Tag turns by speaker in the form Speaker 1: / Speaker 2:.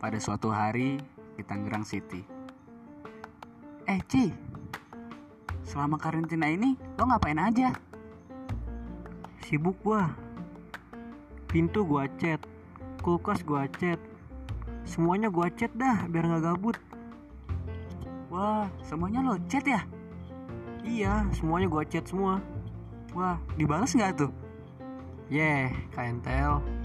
Speaker 1: pada suatu hari di Tangerang City. Eh, Ci, selama karantina ini lo ngapain aja?
Speaker 2: Sibuk gua. Pintu gua cat, kulkas gua cat. Semuanya gua cat dah biar nggak gabut.
Speaker 1: Wah, semuanya lo chat ya?
Speaker 2: Iya, semuanya gua cat semua.
Speaker 1: Wah, dibales nggak tuh?
Speaker 2: Yeh, KNTL.